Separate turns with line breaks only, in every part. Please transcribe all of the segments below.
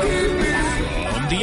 From the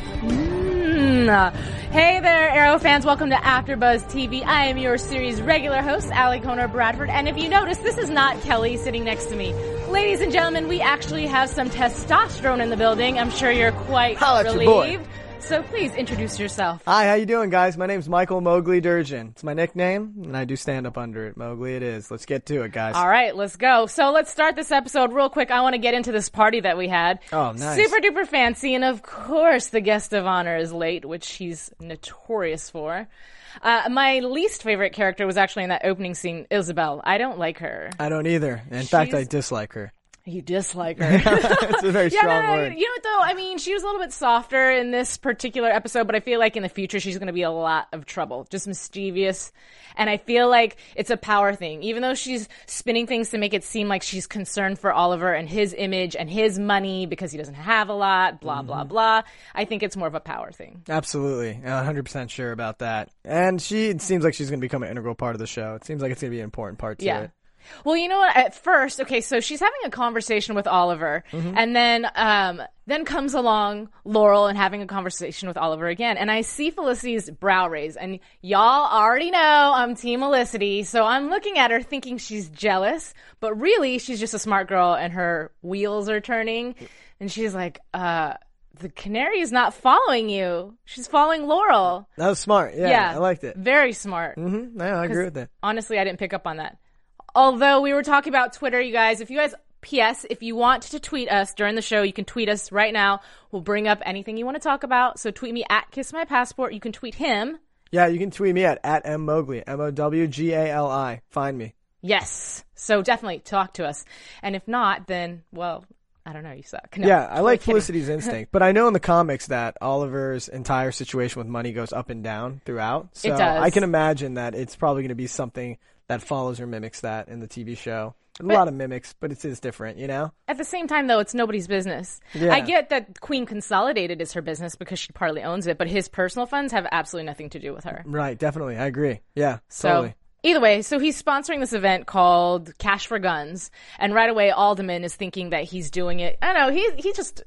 Mm. Hey there, Arrow fans. Welcome to AfterBuzz TV. I am your series regular host, Ali Conor Bradford. And if you notice, this is not Kelly sitting next to me. Ladies and gentlemen, we actually have some testosterone in the building. I'm sure you're quite
Holla at your boy.
relieved. So please introduce yourself.
Hi, how you doing, guys? My name's Michael Mowgli Durgin. It's my nickname, and I do stand up under it. Mowgli, it is. Let's get to it, guys.
All right, let's go. So let's start this episode real quick. I want to get into this party that we had.
Oh, nice.
Super duper fancy, and of course, the guest of honor is late, which he's notorious for. Uh, my least favorite character was actually in that opening scene, Isabel. I don't like her.
I don't either. In fact, I
She's-
dislike her.
You dislike her.
it's a very strong
no,
word.
You know what though? I mean, she was a little bit softer in this particular episode, but I feel like in the future she's going to be a lot of trouble, just mischievous, and I feel like it's a power thing. Even though she's spinning things to make it seem like she's concerned for Oliver and his image and his money because he doesn't have a lot, blah blah blah. I think it's more of a power thing.
Absolutely. I'm 100% sure about that. And she it seems like she's going to become an integral part of the show. It seems like it's going to be an important part to
Yeah.
it.
Well, you know what? At first, okay, so she's having a conversation with Oliver,
Mm-hmm.
and then um, then comes along Laurel and having a conversation with Oliver again. And I see Felicity's brow raise, and y'all already know I'm Team Felicity, so I'm looking at her thinking she's jealous, but really she's just a smart girl, and her wheels are turning, and she's like, uh. The canary is not following you. She's following Laurel.
That was smart. Yeah, I liked it.
Very smart.
hmm Yeah, I agree with that.
Honestly, I didn't pick up on that. Although we were talking about Twitter, you guys, if you guys, P.S., if you want to tweet us during the show, you can tweet us right now. We'll bring up anything you want to talk about. So tweet me at Kiss My Passport. You can tweet him.
Yeah, you can tweet me at, at M Mowgli. M O W G A L I. Find me.
Yes. So definitely talk to us. And if not, then, well, I don't know. You suck. No,
Yeah, I
totally
like
kidding.
Felicity's instinct, but I know in the comics that Oliver's entire situation with money goes up and down throughout. So
does.
I can imagine that it's probably going to be something that follows or mimics that in the TV show. A lot of mimics, but it is different, you know.
At the same time, though, it's nobody's business.
Yeah.
I get that Queen Consolidated is her business because she partly owns it, but his personal funds have absolutely nothing to do with her.
Right? Definitely, I agree. Yeah,
So
totally.
either way, so he's sponsoring this event called Cash for Guns, and right away Alderman is thinking that he's doing it. I don't know. He he just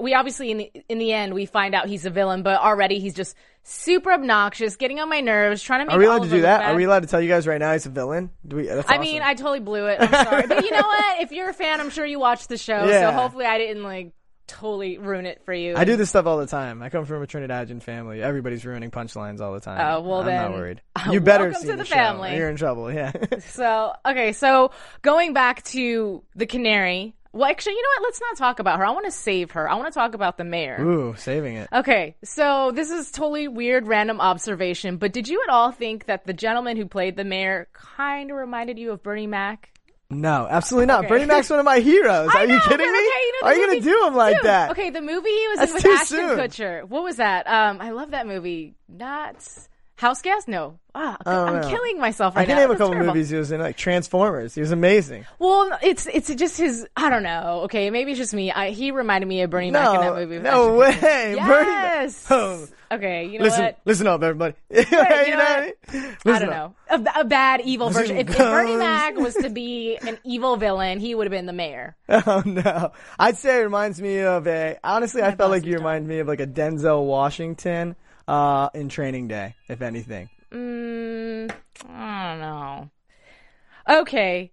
we obviously in the in the end we find out he's a villain, but already he's just super obnoxious, getting on my nerves, trying to make.
Are we allowed to
Oliver look
do that?
bad.
Are we allowed to tell you guys right now he's a villain? Do we? That's
I mean, I totally blew it. I'm sorry, but you know what? If you're a fan, I'm sure you watched the show,
Yeah.
so hopefully I didn't like totally ruin it for you.
I do this stuff all the time. I come from a Trinidadian family. Everybody's ruining punchlines all the time.
Oh, well
I'm
then,
not worried.
uh,
You better
welcome
see
to the
show.
family.
You're in trouble. Yeah.
So okay, so going back to the canary. Well, actually, you know what? Let's not talk about her. I want to save her. I want to talk about the mayor.
Ooh, saving it.
Okay, so this is totally weird, random observation, but did you at all think that the gentleman who played the mayor kind of reminded you of Bernie Mac?
No, absolutely not. Bernie Mac's one of my heroes. Are you
know, but
kidding
okay,
me?
you know,
Are
the
you gonna
movie-
do him like
Dude,
that?
Okay, the movie he was
That's
in with
too
Ashton
soon.
Kutcher. What was that? Um, I love that movie. Not House Guest? No. Ah,
don't
I'm
know.
killing myself right
I can
now.
name a
That's
couple
terrible.
movies he was in, like Transformers. He was amazing.
Well, it's it's just his. I don't know. Okay, maybe it's just me. I, he reminded me of Bernie Mac in that
No,
movie. with
no
Ashton Kutcher.
way, Bernie. Mac.
Yes.
Oh,
Okay, you know
Listen,
what?
listen up, everybody.
Hey, you know
I
what?
mean?
I
Listen
don't
up.
know. A, a bad evil
Listen,
version. If, if Bernie
guys.
Mac was to be an evil villain, he would have been the mayor.
Oh no, I'd say it reminds me of a. Honestly, I felt like you remind me of like a Denzel Washington uh, in Training Day, if anything.
Mm, I don't know. Okay.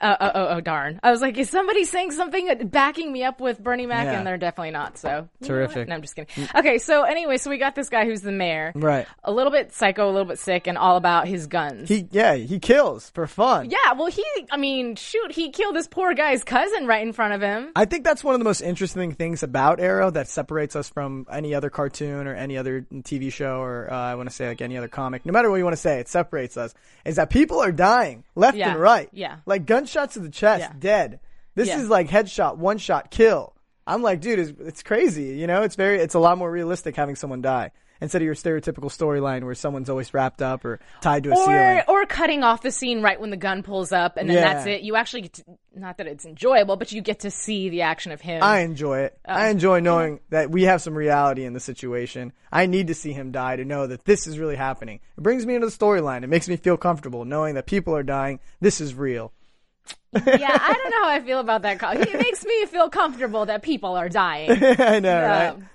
Uh, oh, oh, oh, darn. I was like, is somebody saying something backing me up with Bernie Mac?
Yeah.
And they're definitely not. So, you know what?
Terrific.
No, I'm just kidding. Okay, so anyway, so we got this guy who's the mayor.
Right.
A little bit psycho, a little bit sick, and all about his guns.
He yeah, he kills for fun.
yeah, well, he, I mean, shoot, he killed this poor guy's cousin right in front of him.
I think that's one of the most interesting things about Arrow that separates us from any other cartoon or any other TV show or uh, I want to say like any other comic. No matter what you want to say, it separates us is that people are dying left
Yeah.
and right.
Yeah.
like gunshots to the chest,
Yeah.
dead. This
Yeah.
is like headshot, one shot, kill. I'm like, dude, it's, it's crazy. You know, it's very, it's a lot more realistic having someone die instead of your stereotypical storyline where someone's always wrapped up or tied to a ceiling.
or or cutting off the scene right when the gun pulls up and then
Yeah.
that's it. You actually get to, not that it's enjoyable, but you get to see the action of him.
I enjoy it. I enjoy knowing that we have some reality in the situation. I need to see him die to know that this is really happening. It brings me into the storyline. It makes me feel comfortable knowing that people are dying. This is real.
yeah, I don't know how I feel about that call. It makes me feel comfortable that people are dying.
I know, right?
Um,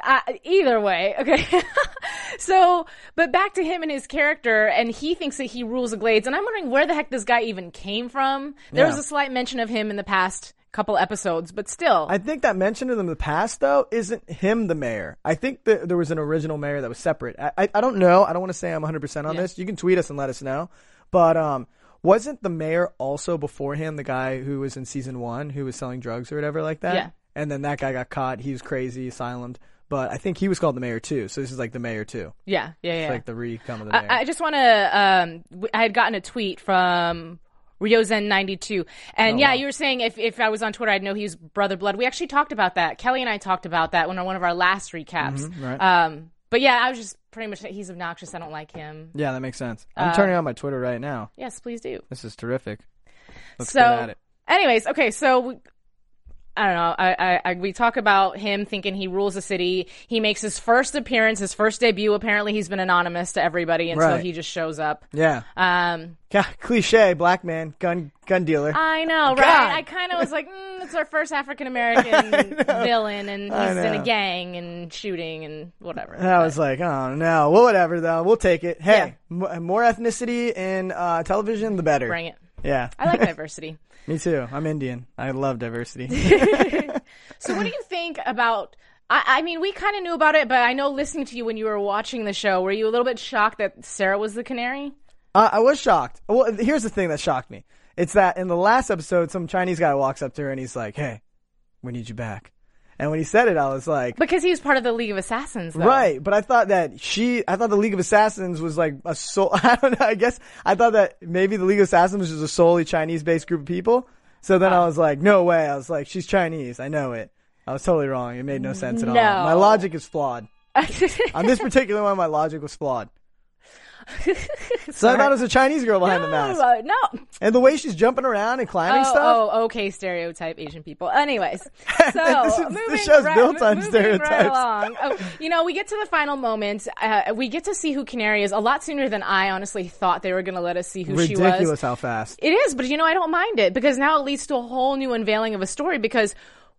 uh, either way, okay. so, but back to him and his character, and he thinks that he rules the glades, and I'm wondering where the heck this guy even came from. There was
Yeah.
a slight mention of him in the past couple episodes, but still,
I think that mention of them in the past though isn't him the mayor. I think that there was an original mayor that was separate. I I, I don't know. I don't want to say I'm 100 percent on this. You can tweet us and let us know. But um, wasn't the mayor also before him the guy who was in season one who was selling drugs or whatever like that?
Yeah.
And then that guy got caught. He was crazy, asylum. But I think he was called the mayor too. So this is like the mayor too,
yeah, yeah, yeah.
like the recome of the mayor.
I, I just want to. Um, w- I had gotten a tweet from Ryozen92,
Oh,
and yeah, you were saying if, if I was on Twitter, I'd know he's brother blood. We actually talked about that. Kelly and I talked about that when on one of our last recaps.
Mm-hmm,
um, but yeah, I was just pretty much he's obnoxious. I don't like him.
yeah, that makes sense.
Uh,
I'm turning on my Twitter right now.
Yes, please do.
This is terrific. Let's
so,
get at it.
anyways, okay, so. We, I don't know. I, I, I we talk about him thinking he rules the city. He makes his first appearance, his first debut. Apparently, he's been anonymous to everybody until
Right.
he just shows up.
Yeah.
Um,
Yeah, Cliche black man, gun gun dealer.
I know, right? I kind of was like, mm, it's our first African American villain, and he's in a
know.
gang and shooting and whatever.
And I was like, oh no, well, whatever though, we'll take it. Hey, m- more ethnicity in uh, television, the better.
Bring it.
Yeah,
I like diversity.
me too. I'm Indian. I love diversity.
So, what do you think about? I, I mean, we kind of knew about it, but I know listening to you when you were watching the show, were you a little bit shocked that Sarah was the canary?
uh, I was shocked. Well, here's the thing that shocked me. It's that in the last episode, some Chinese guy walks up to her and he's like, "Hey, we need you back." And when he said it, I was like,
Because he was part of the League of Assassins, though.
Right, but I thought that she, I thought the League of Assassins was like a soul. I don't know. I guess I thought that maybe the League of Assassins was just a solely Chinese-based group of people. So then I
Ah.
was like, no way. I was like, she's Chinese. I know it. I was totally wrong. It made no sense at
No.
all. My logic is flawed. On this particular one, my logic was flawed. So I thought it was a Chinese girl behind the mask,
No, Oh, no.
and the way she's jumping around and climbing
Oh,
stuff.
oh, okay, stereotype Asian people. Anyways, so
This is- this
moving
show's
right,
built on
moving Right
stereotypes.
along. Oh, you know, we get to the final moment. Uh, we get to see who Canary is a lot sooner than I honestly thought they were going to let us see who she
Ridiculous
was.
how fast.
It is, but you know, I don't mind it because now it leads to a whole new unveiling of a story because.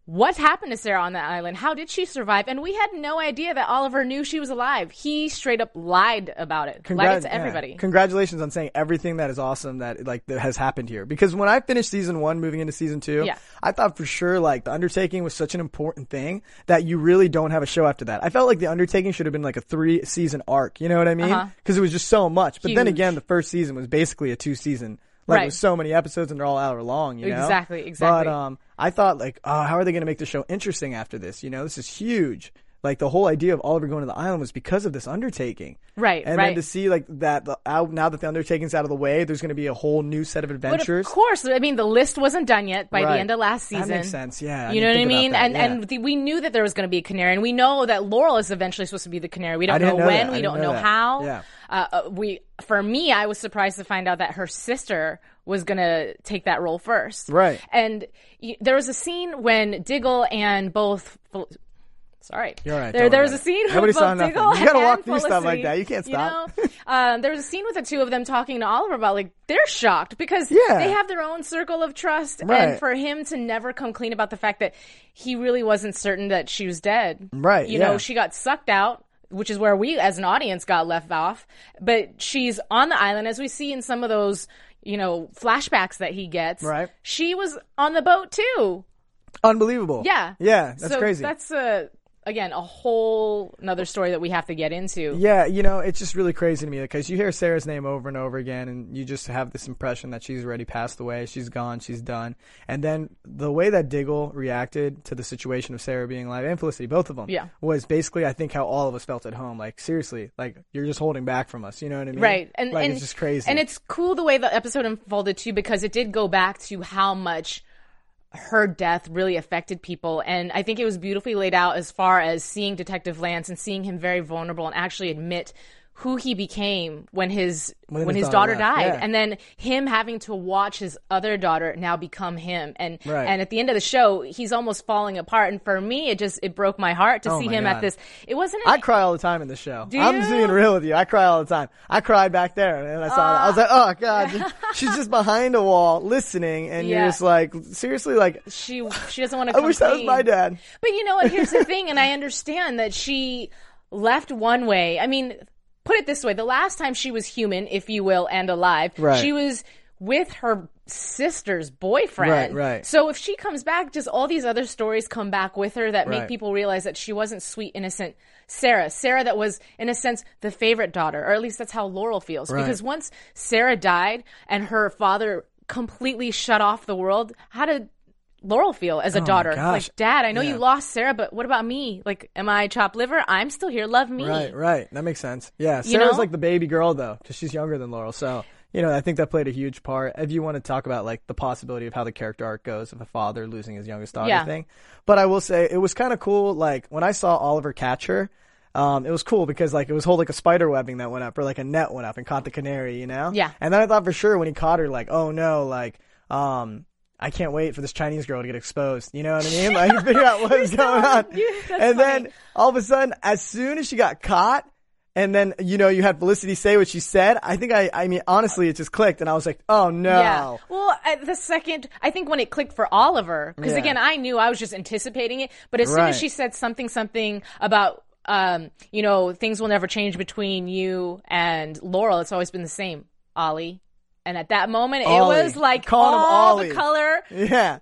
What happened to Sarah on that island? How did she survive? And we had no idea that Oliver knew she was alive. He straight up lied about it. lied
Congrat-
to
yeah.
everybody.
Congratulations on saying everything that is awesome that like that has happened here. Because when I finished season one, moving into season two,
Yeah.
I thought for sure like the undertaking was such an important thing that you really don't have a show after that. I felt like the undertaking should have been like a three season arc. You know what I mean? Because it was just so much. But then
Uh-huh. Huge.
again, the first season was basically a two season. Like
Right.
with so many episodes and they're all hour long. You know
Exactly,
But
exactly.
um, I thought like, oh, how are they going to make the show interesting after this? You know, this is huge. Like the whole idea of Oliver going to the island was because of this undertaking.
Right,
And
right.
then to see like that the, out now that the Undertaking's out of the way, there's going to be a whole new set of
But
adventures.
of course, I mean the list wasn't done yet by the
Right.
end of last
That
season.
makes sense, yeah. I
you know
didn't
what I
think about
mean?
that,
and
yeah.
and the, we knew that there was going to be a canary, and we know that Laurel is eventually supposed to be the canary. We don't
I didn't
know
know that.
when,
I
we
didn't
don't know,
know that.
how.
Yeah.
Uh, uh, we, for me, I was surprised to find out that her sister was going to take that role first.
Right.
And y- there was a scene when Diggle and both. Fel- Sorry.
You're all right,
There,
don't
there was
worry
a
about it.
scene
Nobody
with
saw
both
nothing.
Diggle
You gotta
and
walk through stuff like
Felicity,
that. You can't stop.
You know? um, there was a scene with the two of them talking to Oliver about like they're shocked because
Yeah.
they have their own circle of trust, and
Right.
for him to never come clean about the fact that he really wasn't certain that she was dead.
Right,
You
yeah.
know, she got sucked out. Which is where we, as an audience, got left off. But she's on the island, as we see in some of those, you know, flashbacks that he gets.
Right.
She was on the boat too.
Unbelievable.
Yeah.
Yeah, that's
So
crazy.
That's a again a whole another story that we have to get into.
Yeah, you know, it's just really crazy to me because you hear Sarah's name over and over again, and you just have this impression that she's already passed away, she's gone, she's done. And then the way that Diggle reacted to the situation of Sarah being alive and Felicity, both of them,
Yeah.
was basically, I think, how all of us felt at home. Like, seriously, like, you're just holding back from us. You know what I mean?
Right. And
like,
and,
it's just crazy.
And it's cool the way the episode unfolded too because it did go back to how much her death really affected people and I think it was beautifully laid out as far as seeing Detective Lance and seeing him very vulnerable and actually admit who he became when his when, his, daughter,
left,
died
yeah.
and then him having to watch his other daughter now become him and
Right.
and at the end of the show he's almost falling apart and for me it just it broke my heart to
Oh
see
my
him at
God.
this it wasn't an
I cry all the time in the show.
Do
I'm
you?
just being real with you. I cry all the time. I cried back there, and I saw that. I was like, "Oh God, just- she's just behind a wall listening," and
Uh. Yeah.
you're just like, "Seriously, like,
she she doesn't want to
I wish that was
clean.
my dad."
But you know what? Here's the thing, and I understand that she left one way. I mean, put it this way: the last time she was human, if you will, and alive,
Right.
she was with her sister's boyfriend.
Right, right.
So if she comes back, just all these other stories come back with her that make
Right.
people realize that she wasn't sweet, innocent Sarah. Sarah that was, in a sense, the favorite daughter, or at least that's how Laurel feels. Because once Sarah died and her father completely shut off the world, how did Laurel feel as a daughter?
Oh gosh.
Like, Dad, I know you lost Sarah, but what about me? Like, am I chopped liver? I'm still here. Love me.
Right, right. That makes sense. Yeah, Sarah's
You know?
like the baby girl though, because she's younger than Laurel. So you know, I think that played a huge part. If you want to talk about like the possibility of how the character arc goes of a father losing his youngest daughter
Yeah.
thing, but I will say it was kind of cool. Like when I saw Oliver catch her. Um, it was cool because like it was whole like a spider webbing that went up or like a net went up and caught the canary, you know?
Yeah.
And then I thought for sure when he caught her, like, oh no, like, um, I can't wait for this Chinese girl to get exposed. You know what I mean? Like figure out what's going on.
that's
and
funny.
then all of a sudden, as soon as she got caught, and then you know you had Felicity say what she said. I think I, I mean honestly, it just clicked, and I was like, oh no,
Yeah. Well, I, the second, I think when it clicked for Oliver, because
Yeah.
again, I knew I was just anticipating it, but as soon
Right.
as she said something, something about, um, you know, things will never change between you and Laurel, it's always been the same, Ollie. And at that moment,
Ollie.
it was like
Calling him
all
Ollie.
the color
yeah,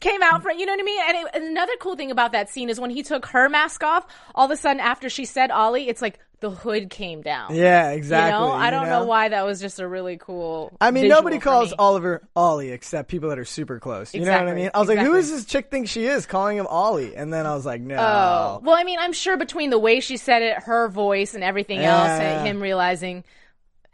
came out from you know what I mean. And it, another cool thing about that scene is when he took her mask off. All of a sudden, after she said Ollie, it's like the hood came down.
yeah, exactly.
You know, I
you
don't know? why that was just a really cool.
I mean,
visual
nobody
for
calls
me.
Oliver Ollie except people that are super close. You know what I
Exactly,
mean? I was like, who
exactly.
is this chick think she is calling him Ollie? And then I was like, no.
Oh. Well, I mean, I'm sure between the way she said it, her voice, and everything else,
Yeah.
and him realizing.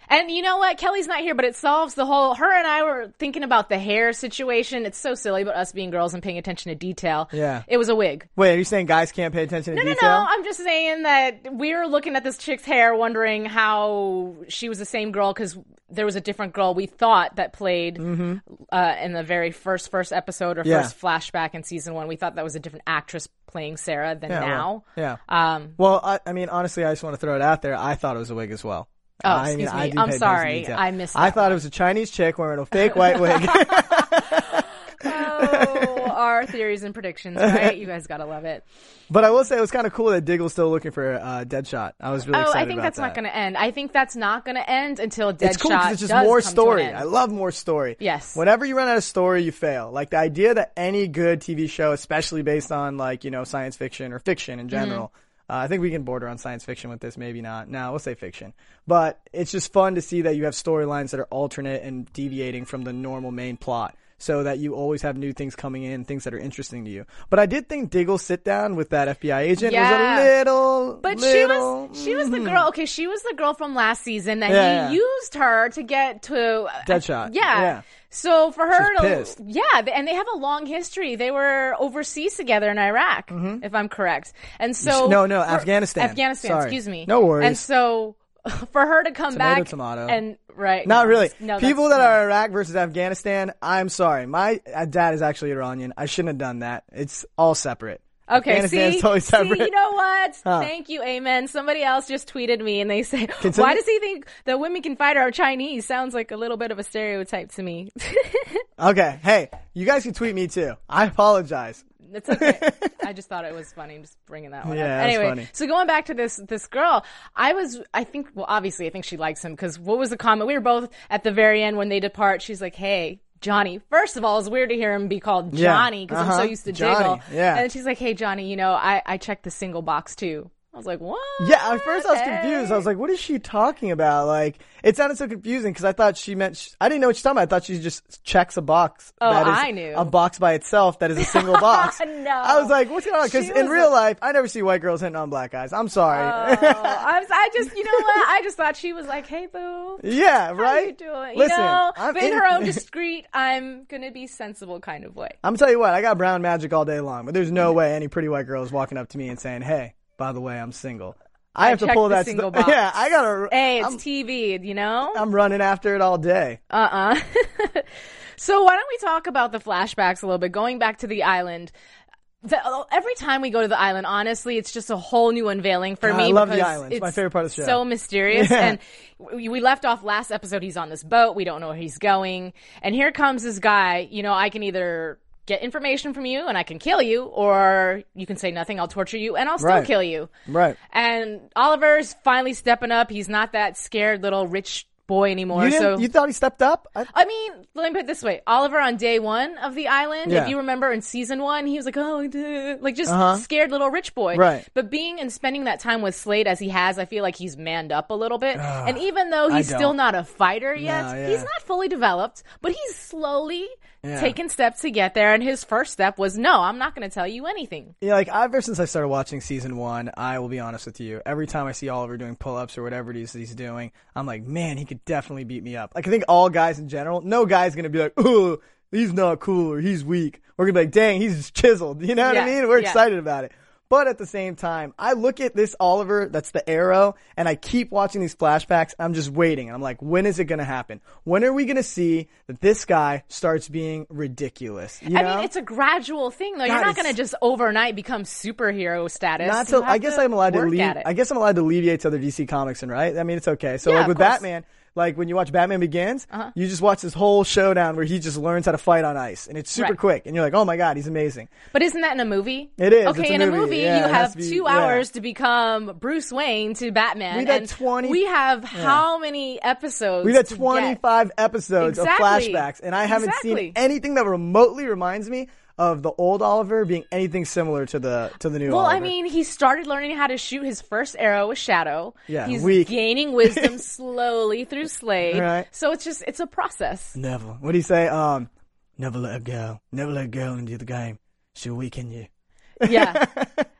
And you know what? Kelly's not here, but it solves the whole. Her and I were thinking about the hair situation. It's so silly, but us being girls and paying attention to detail.
Yeah.
It was a wig.
Wait, are you saying guys can't pay attention to
No,
detail?
no, I'm just saying that we were looking at this chick's hair, wondering how she was the same girl because there was a different girl we thought that played uh, in the very first first episode or
Mm-hmm. Yeah.
first flashback in season one. We thought that was a different actress playing Sarah than
Yeah,
now.
well, yeah.
Um,
Well, I, I mean, honestly, I just want to throw it out there. I thought it was a wig as well.
Oh,
I
excuse
mean, I
me.
do
I'm
pay attention to
sorry.
detail.
I missed
I
that
thought it was a Chinese chick wearing a fake white wig.
oh, our theories and predictions, right? You guys gotta love it.
But I will say it was kind of cool that Diggle's still looking for uh, Deadshot. I was really
oh,
excited
I think
about
that's
that.
not gonna end. I think that's not gonna end until Deadshot
It's cool because it's just
does
more
come to an
story.
end.
I love more story.
Yes.
Whenever you run out of story, you fail. Like the idea that any good TV show, especially based on like you know science fiction or fiction
Mm-hmm.
in general, uh, I think we can border on science fiction with this. Maybe not. No, we'll say fiction. But it's just fun to see that you have storylines that are alternate and deviating from the normal main plot. So that you always have new things coming in, things that are interesting to you. But I did think Diggle's sit down with that FBI agent
Yeah.
was a little,
But
little, Mm-hmm.
she was she was the girl. Okay, she was the girl from last season that
Yeah,
he
yeah.
used her to get to uh,
Deadshot.
Yeah.
Yeah.
So for her
She was
to
pissed.
yeah, th- and they have a long history. They were overseas together in Iraq, if I'm correct. And so
Mm-hmm. no, no,
for-
Afghanistan.
Afghanistan.
Sorry.
Excuse me.
No worries.
And so for her to come
Tomato,
back
tomato.
and right,
Not
no,
really.
that's- no,
People that
that's-
are Iraq versus Afghanistan, I'm sorry. My uh, dad is actually Iranian. I shouldn't have done that. It's all separate.
Okay, see,
Afghanistan is totally
see,
separate.
you know what? Thank you, Amen. Somebody else just tweeted me and they say, "Why
somebody-
does he think the women can fight are Chinese?" Sounds like a little bit of a stereotype to me.
Okay, hey, you guys can tweet me too. I apologize.
It's okay. I just thought it was funny. just bringing that one
Yeah,
up.
that's
Anyway,
funny.
so going back to this this girl, I was I think well obviously I think she likes him because what was the comment? We were both at the very end when they depart. She's like, "Hey." Johnny. First of all, it's weird to hear him be called
Yeah.
Johnny because I'm so
Uh-huh.
used to
Johnny,
Diggle.
yeah.
And she's like, "Hey, Johnny, you know, I I checked the single box too." I was like, "What?"
Yeah, at first I was
Hey.
confused. I was like, what is she talking about? Like, it sounded so confusing because I thought she meant, sh I didn't know what she's talking about. I thought she just checks a box.
Oh,
that is
I knew.
A box by itself that is a single box.
No.
I was like, what's going on? Because
She
in
was
real life, I never see white girls hitting on black guys. I'm sorry.
Oh, I, was, I just, you know what? I just thought she was like, "Hey, boo."
yeah,
How
right?
you doing?
Listen,
you know,
I'm
but in, her own discreet, I'm gonna be sensible kind of way.
I'm tell you what, I got brown magic all day long, but there's no
Mm.
way any pretty white girl is walking up to me and saying, "Hey, by the way, I'm single." I, have to
checked
pull
the
that.
single
st-
box.
Yeah, I gotta.
Hey, it's
I'm,
TV, you know?
I'm running after it all day.
Uh uh so, why don't we talk about the flashbacks a little bit? Going back to the island. The, every time we go to the island, honestly, it's just a whole new unveiling for
God,
me.
I love the
because
island. It's my favorite part of the show.
So mysterious, and we we left off last episode. He's on this boat. We don't know where he's going, and here comes this guy. You know, I can either get information from you and I can kill you, or you can say nothing. I'll torture you and I'll still
Right.
kill you.
Right.
And Oliver's finally stepping up. He's not that scared little rich boy anymore.
You,
so
didn't, you thought he stepped up? I,
I mean, let me put it this way: Oliver on day one of the island,
Yeah. Uh-huh.
if you remember in season one, he was like, "Oh, duh," like just scared little rich boy."
Right.
But being and spending that time with Slade as he has, I feel like he's manned up a little bit. and even though he's
don't.
still not a fighter yet,
yeah.
he's not fully developed, but he's slowly taking steps to get there. And his first step was, "No, I'm not going to tell you anything."
yeah, like ever since I started watching season one, I will be honest with you. Every time I see Oliver doing pull-ups or whatever it is that he's doing, I'm like, man, he could definitely beat me up. Like I think all guys in general, no guy's gonna be like, oh, he's not cool or he's weak. We're gonna be like, dang, he's chiseled. You know what I
Yeah,
mean? We're
yeah.
excited about it. But at the same time, I look at this Oliver, that's the arrow, and I keep watching these flashbacks. I'm just waiting. I'm like, when is it going to happen? When are we going to see that this guy starts being ridiculous? You
I
know?
mean, it's a gradual thing, though. You're
God,
not
it's-
going to just overnight become superhero status.
not
You
to, I
have
guess I'm allowed to
work
leave.
at it.
I guess I'm allowed to alleviate to other DC comics and right. I mean, it's okay. So
Yeah,
like
of
with
course. Uh-huh.
Batman, like when you watch Batman Begins, you just watch this whole showdown where he just learns how to fight on ice, and it's super
Right.
quick, and you're like, oh my god, he's amazing.
But isn't that in a movie?
It is.
Okay,
It's a
in
movie.
a movie,
Yeah,
you
it has
have
to be-
two
yeah.
hours to become Bruce Wayne to Batman.
We've had
and
20
We have how many episodes?
We've had
to get?
25 episodes
Exactly.
of flashbacks, and I haven't
Exactly.
seen anything that remotely reminds me of the old Oliver being anything similar to the to the new.
Well,
Oliver.
I mean, he started learning how to shoot his first arrow with Shadow.
Yeah,
he's
weak.
gaining wisdom slowly through Slade.
Right.
So it's just it's a process.
never. What do you say? Um, never let a girl, never let a girl into the game. She'll weaken you.
Yeah,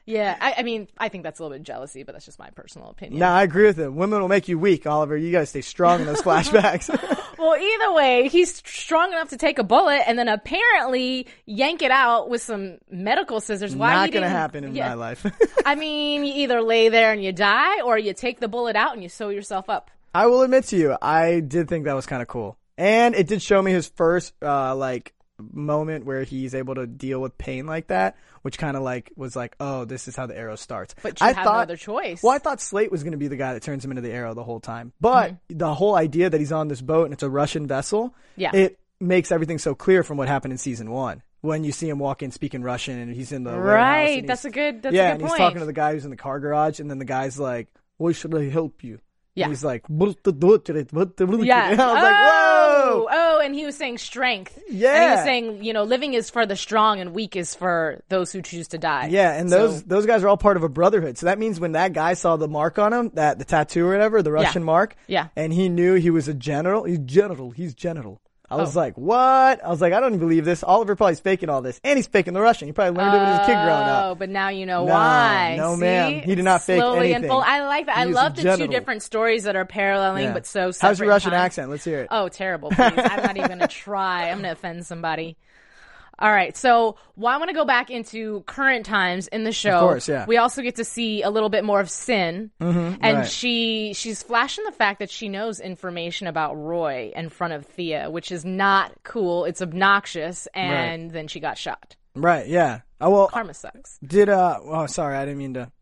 yeah. I, I mean, I think that's a little bit jealousy, but that's just my personal opinion.
No, I agree with it. Women will make you weak, Oliver. You gotta stay strong in those flashbacks.
Well, either way, he's strong enough to take a bullet and then apparently yank it out with some medical scissors. Why
Not
he
gonna
didn't-
happen in
Yeah.
my life.
I mean, you either lay there and you die, or you take the bullet out and you sew yourself up.
I will admit to you, I did think that was kind of cool, and it did show me his first uh, like moment where he's able to deal with pain like that, which kind of like was like, oh, this is how the arrow starts.
But you
I
have no
thought,
other choice.
Well, I thought Slate was gonna be the guy that turns him into the arrow the whole time, but the whole idea that he's on this boat and it's a Russian vessel,
Mm-hmm. Yeah.
it makes everything so clear from what happened in season one. When you see him walk in speaking Russian and he's in the warehouse and
Right.
he's-
That's a good. That's
yeah,
a
and
good
he's
point.
talking to the guy who's in the car garage, and then the guy's like, "Why should I help you?"
Yeah.
And he's like, "What to do to it? What to do to it?"
yeah.
And I was
oh,
like, "Whoa!"
Oh, and he was saying strength. And he was
Yeah.
saying, you know, living is for the strong and weak is for those who choose to die.
Yeah, and
So-
those those guys are all part of a brotherhood. So that means when that guy saw the mark on him, that the tattoo or whatever, the Russian mark,
Yeah.
and he knew he was a general. He's general. He's general. I
Oh.
was like, "What?" I was like, "I don't believe this." Oliver probably's faking all this, and he's faking the Russian. He probably learned it when he was a kid growing up.
Oh, but now you know
No,
why.
no,
See?
ma'am. He did not fake
Slowly and
anything.
full. I like that. I
He was
love the two
genital.
different stories that are paralleling,
Yeah.
but so separate.
How's your
in
Russian
time.
accent? Let's hear it.
Oh, terrible. Please. I'm not even going to try. I'm going to offend somebody. All right. So, well, I want to go back into current times in the show. Of
course, yeah. Mm-hmm,
We also get to see a little bit more of Sin. and
right.
she she's flashing the fact that she knows information about Roy in front of Thea, which is not cool. It's obnoxious. And then she got shot.
Right, yeah. Oh, well,
Karma sucks.
did uh? Oh, sorry, I didn't mean to.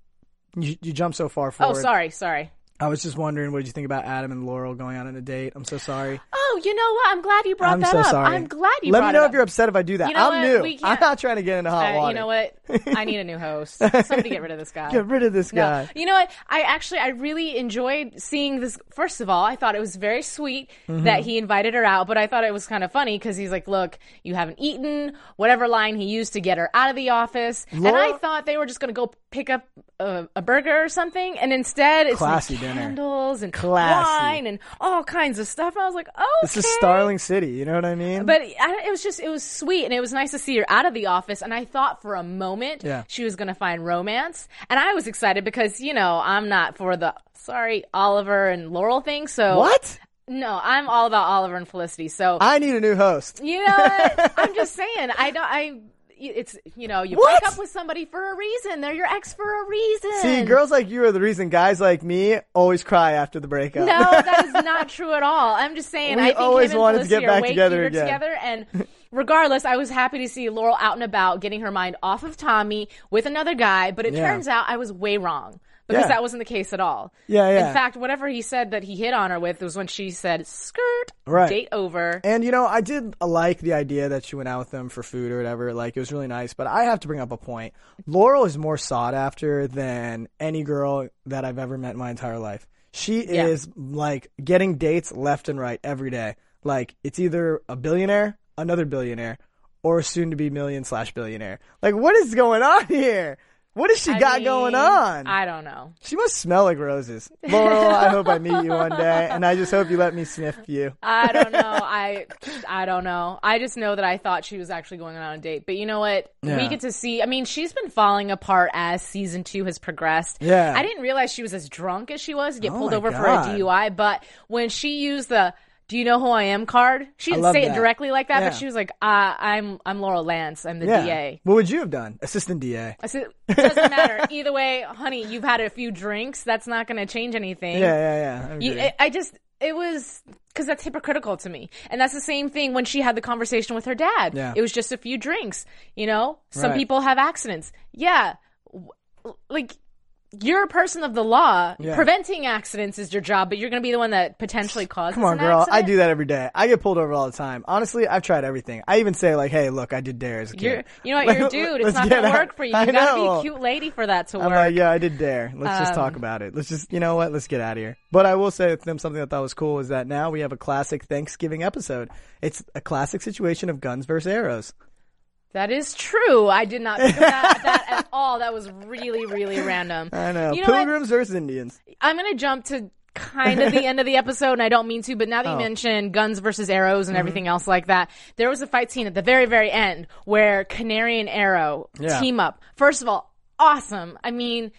You, you jumped so far
Oh,
forward.
sorry, sorry.
I was just wondering, what did you think about Adam and Laurel going out on a date? I'm so sorry.
Oh, you know what? I'm glad you brought
I'm
that
so
up.
sorry.
I'm glad you
Let
brought
me know
it
if you're
up.
upset if I do that.
You know
I'm
what?
new.
We can't-
I'm not trying to get into hot
Uh,
water.
you know what? I need a new host. Somebody get rid of this guy.
Get rid of this
No.
guy.
You know what? I actually I really enjoyed seeing this. First of all, I thought it was very sweet
Mm-hmm.
that he invited her out, but I thought it was kind of funny because he's like, "Look, you haven't eaten." Whatever line he used to get her out of the office, and I
Laura-
thought they were just going to go pick up a, a burger or something, and instead it's
Classy
like
dinner.
candles and
Classy.
wine and all kinds of stuff. And I was like, "Oh,
This is Starling City. You know what I mean?
but I, it was just, it was sweet, and it was nice to see her out of the office. And I thought for a moment
Yeah.
she was going to find romance, and I was excited because you know I'm not for the sorry Oliver and Laurel thing. So
what?
No, I'm all about Oliver and Felicity. So
I need a new host.
you know, what? I'm just saying, I don't, I. It's you know you
What?
break up with somebody for a reason. They're your ex for a reason.
See, girls like you are the reason guys like me always cry after the breakup.
No, that is not true at all. I'm just saying.
We
I think
always
him and
wanted to get
Felicity
back
are way
together
cuter
again.
together. And regardless, I was happy to see Laurel out and about, getting her mind off of Tommy with another guy. But it
Yeah.
turns out I was way wrong because
Yeah.
that wasn't the case at all.
Yeah, yeah.
In fact, whatever he said that he hit on her with was when she said "skirt,"
Right.
date over.
And you know, I did like the idea that she went out with them for food or whatever. Like it was really nice. But I have to bring up a point. Laurel is more sought after than any girl that I've ever met in my entire life. She
Yeah.
is like getting dates left and right every day. Like it's either a billionaire, another billionaire, or a soon to be million slash billionaire. Like what is going on here? What has she
I
got
mean,
going on?
I don't know.
she must smell like roses. Laurel, I hope I meet you one day, and I just hope you let me sniff you.
I don't know. I I don't know. I just know that I thought she was actually going on a date. But you know what? We
Yeah.
get to see. I mean, she's been falling apart as season two has progressed.
Yeah. Oh
I didn't realize she was as drunk as she was to get pulled
my
over
God.
for a DUI. But when she used the "Do you know who I am?" card, she didn't
love
say it
that.
directly like that, but
Yeah.
she was like, uh, "I'm I'm Laurel Lance. I'm the DA."
What would you have done? Assistant DA.
I said, doesn't matter. Either way, honey, you've had a few drinks. That's not going to change anything.
Yeah, yeah, yeah. I
You,
agree.
I, I just it was because that's hypocritical to me, and that's the same thing when she had the conversation with her dad.
Yeah.
It was just a few drinks. You know, some
Right.
people have accidents. Yeah, W- like. You're a person of the law.
Yeah.
Preventing accidents is your job, but you're going to be the one that potentially causes.
Come on,
an
girl. I
accident.
do that every day. I get pulled over all the time. Honestly, I've tried everything. I even say like, "Hey, look, I did dare as a kid."
You're, you know what? You're a dude. It's
Let's
not
get
going to
out.
work for you.
I
You got to be
know.
a cute lady for that to work. Um,
I'm like, yeah, I did dare. Let's just talk about it. Let's just, you know what? Let's get out of here. But I will say to them something I thought was cool is that now we have a classic Thanksgiving episode. It's a classic situation of guns versus arrows.
That is true. I did not think about that at all. That was really, really random.
I know.
You know what?
Pilgrims versus Indians.
I'm gonna jump to kind of the end of the episode, and I don't mean to, but
Oh.
now that you mentioned guns versus arrows
Mm-hmm.
and everything else like that, there was a fight scene at the very, very end where Canary and Arrow
Yeah.
team up. First of all, awesome. I mean.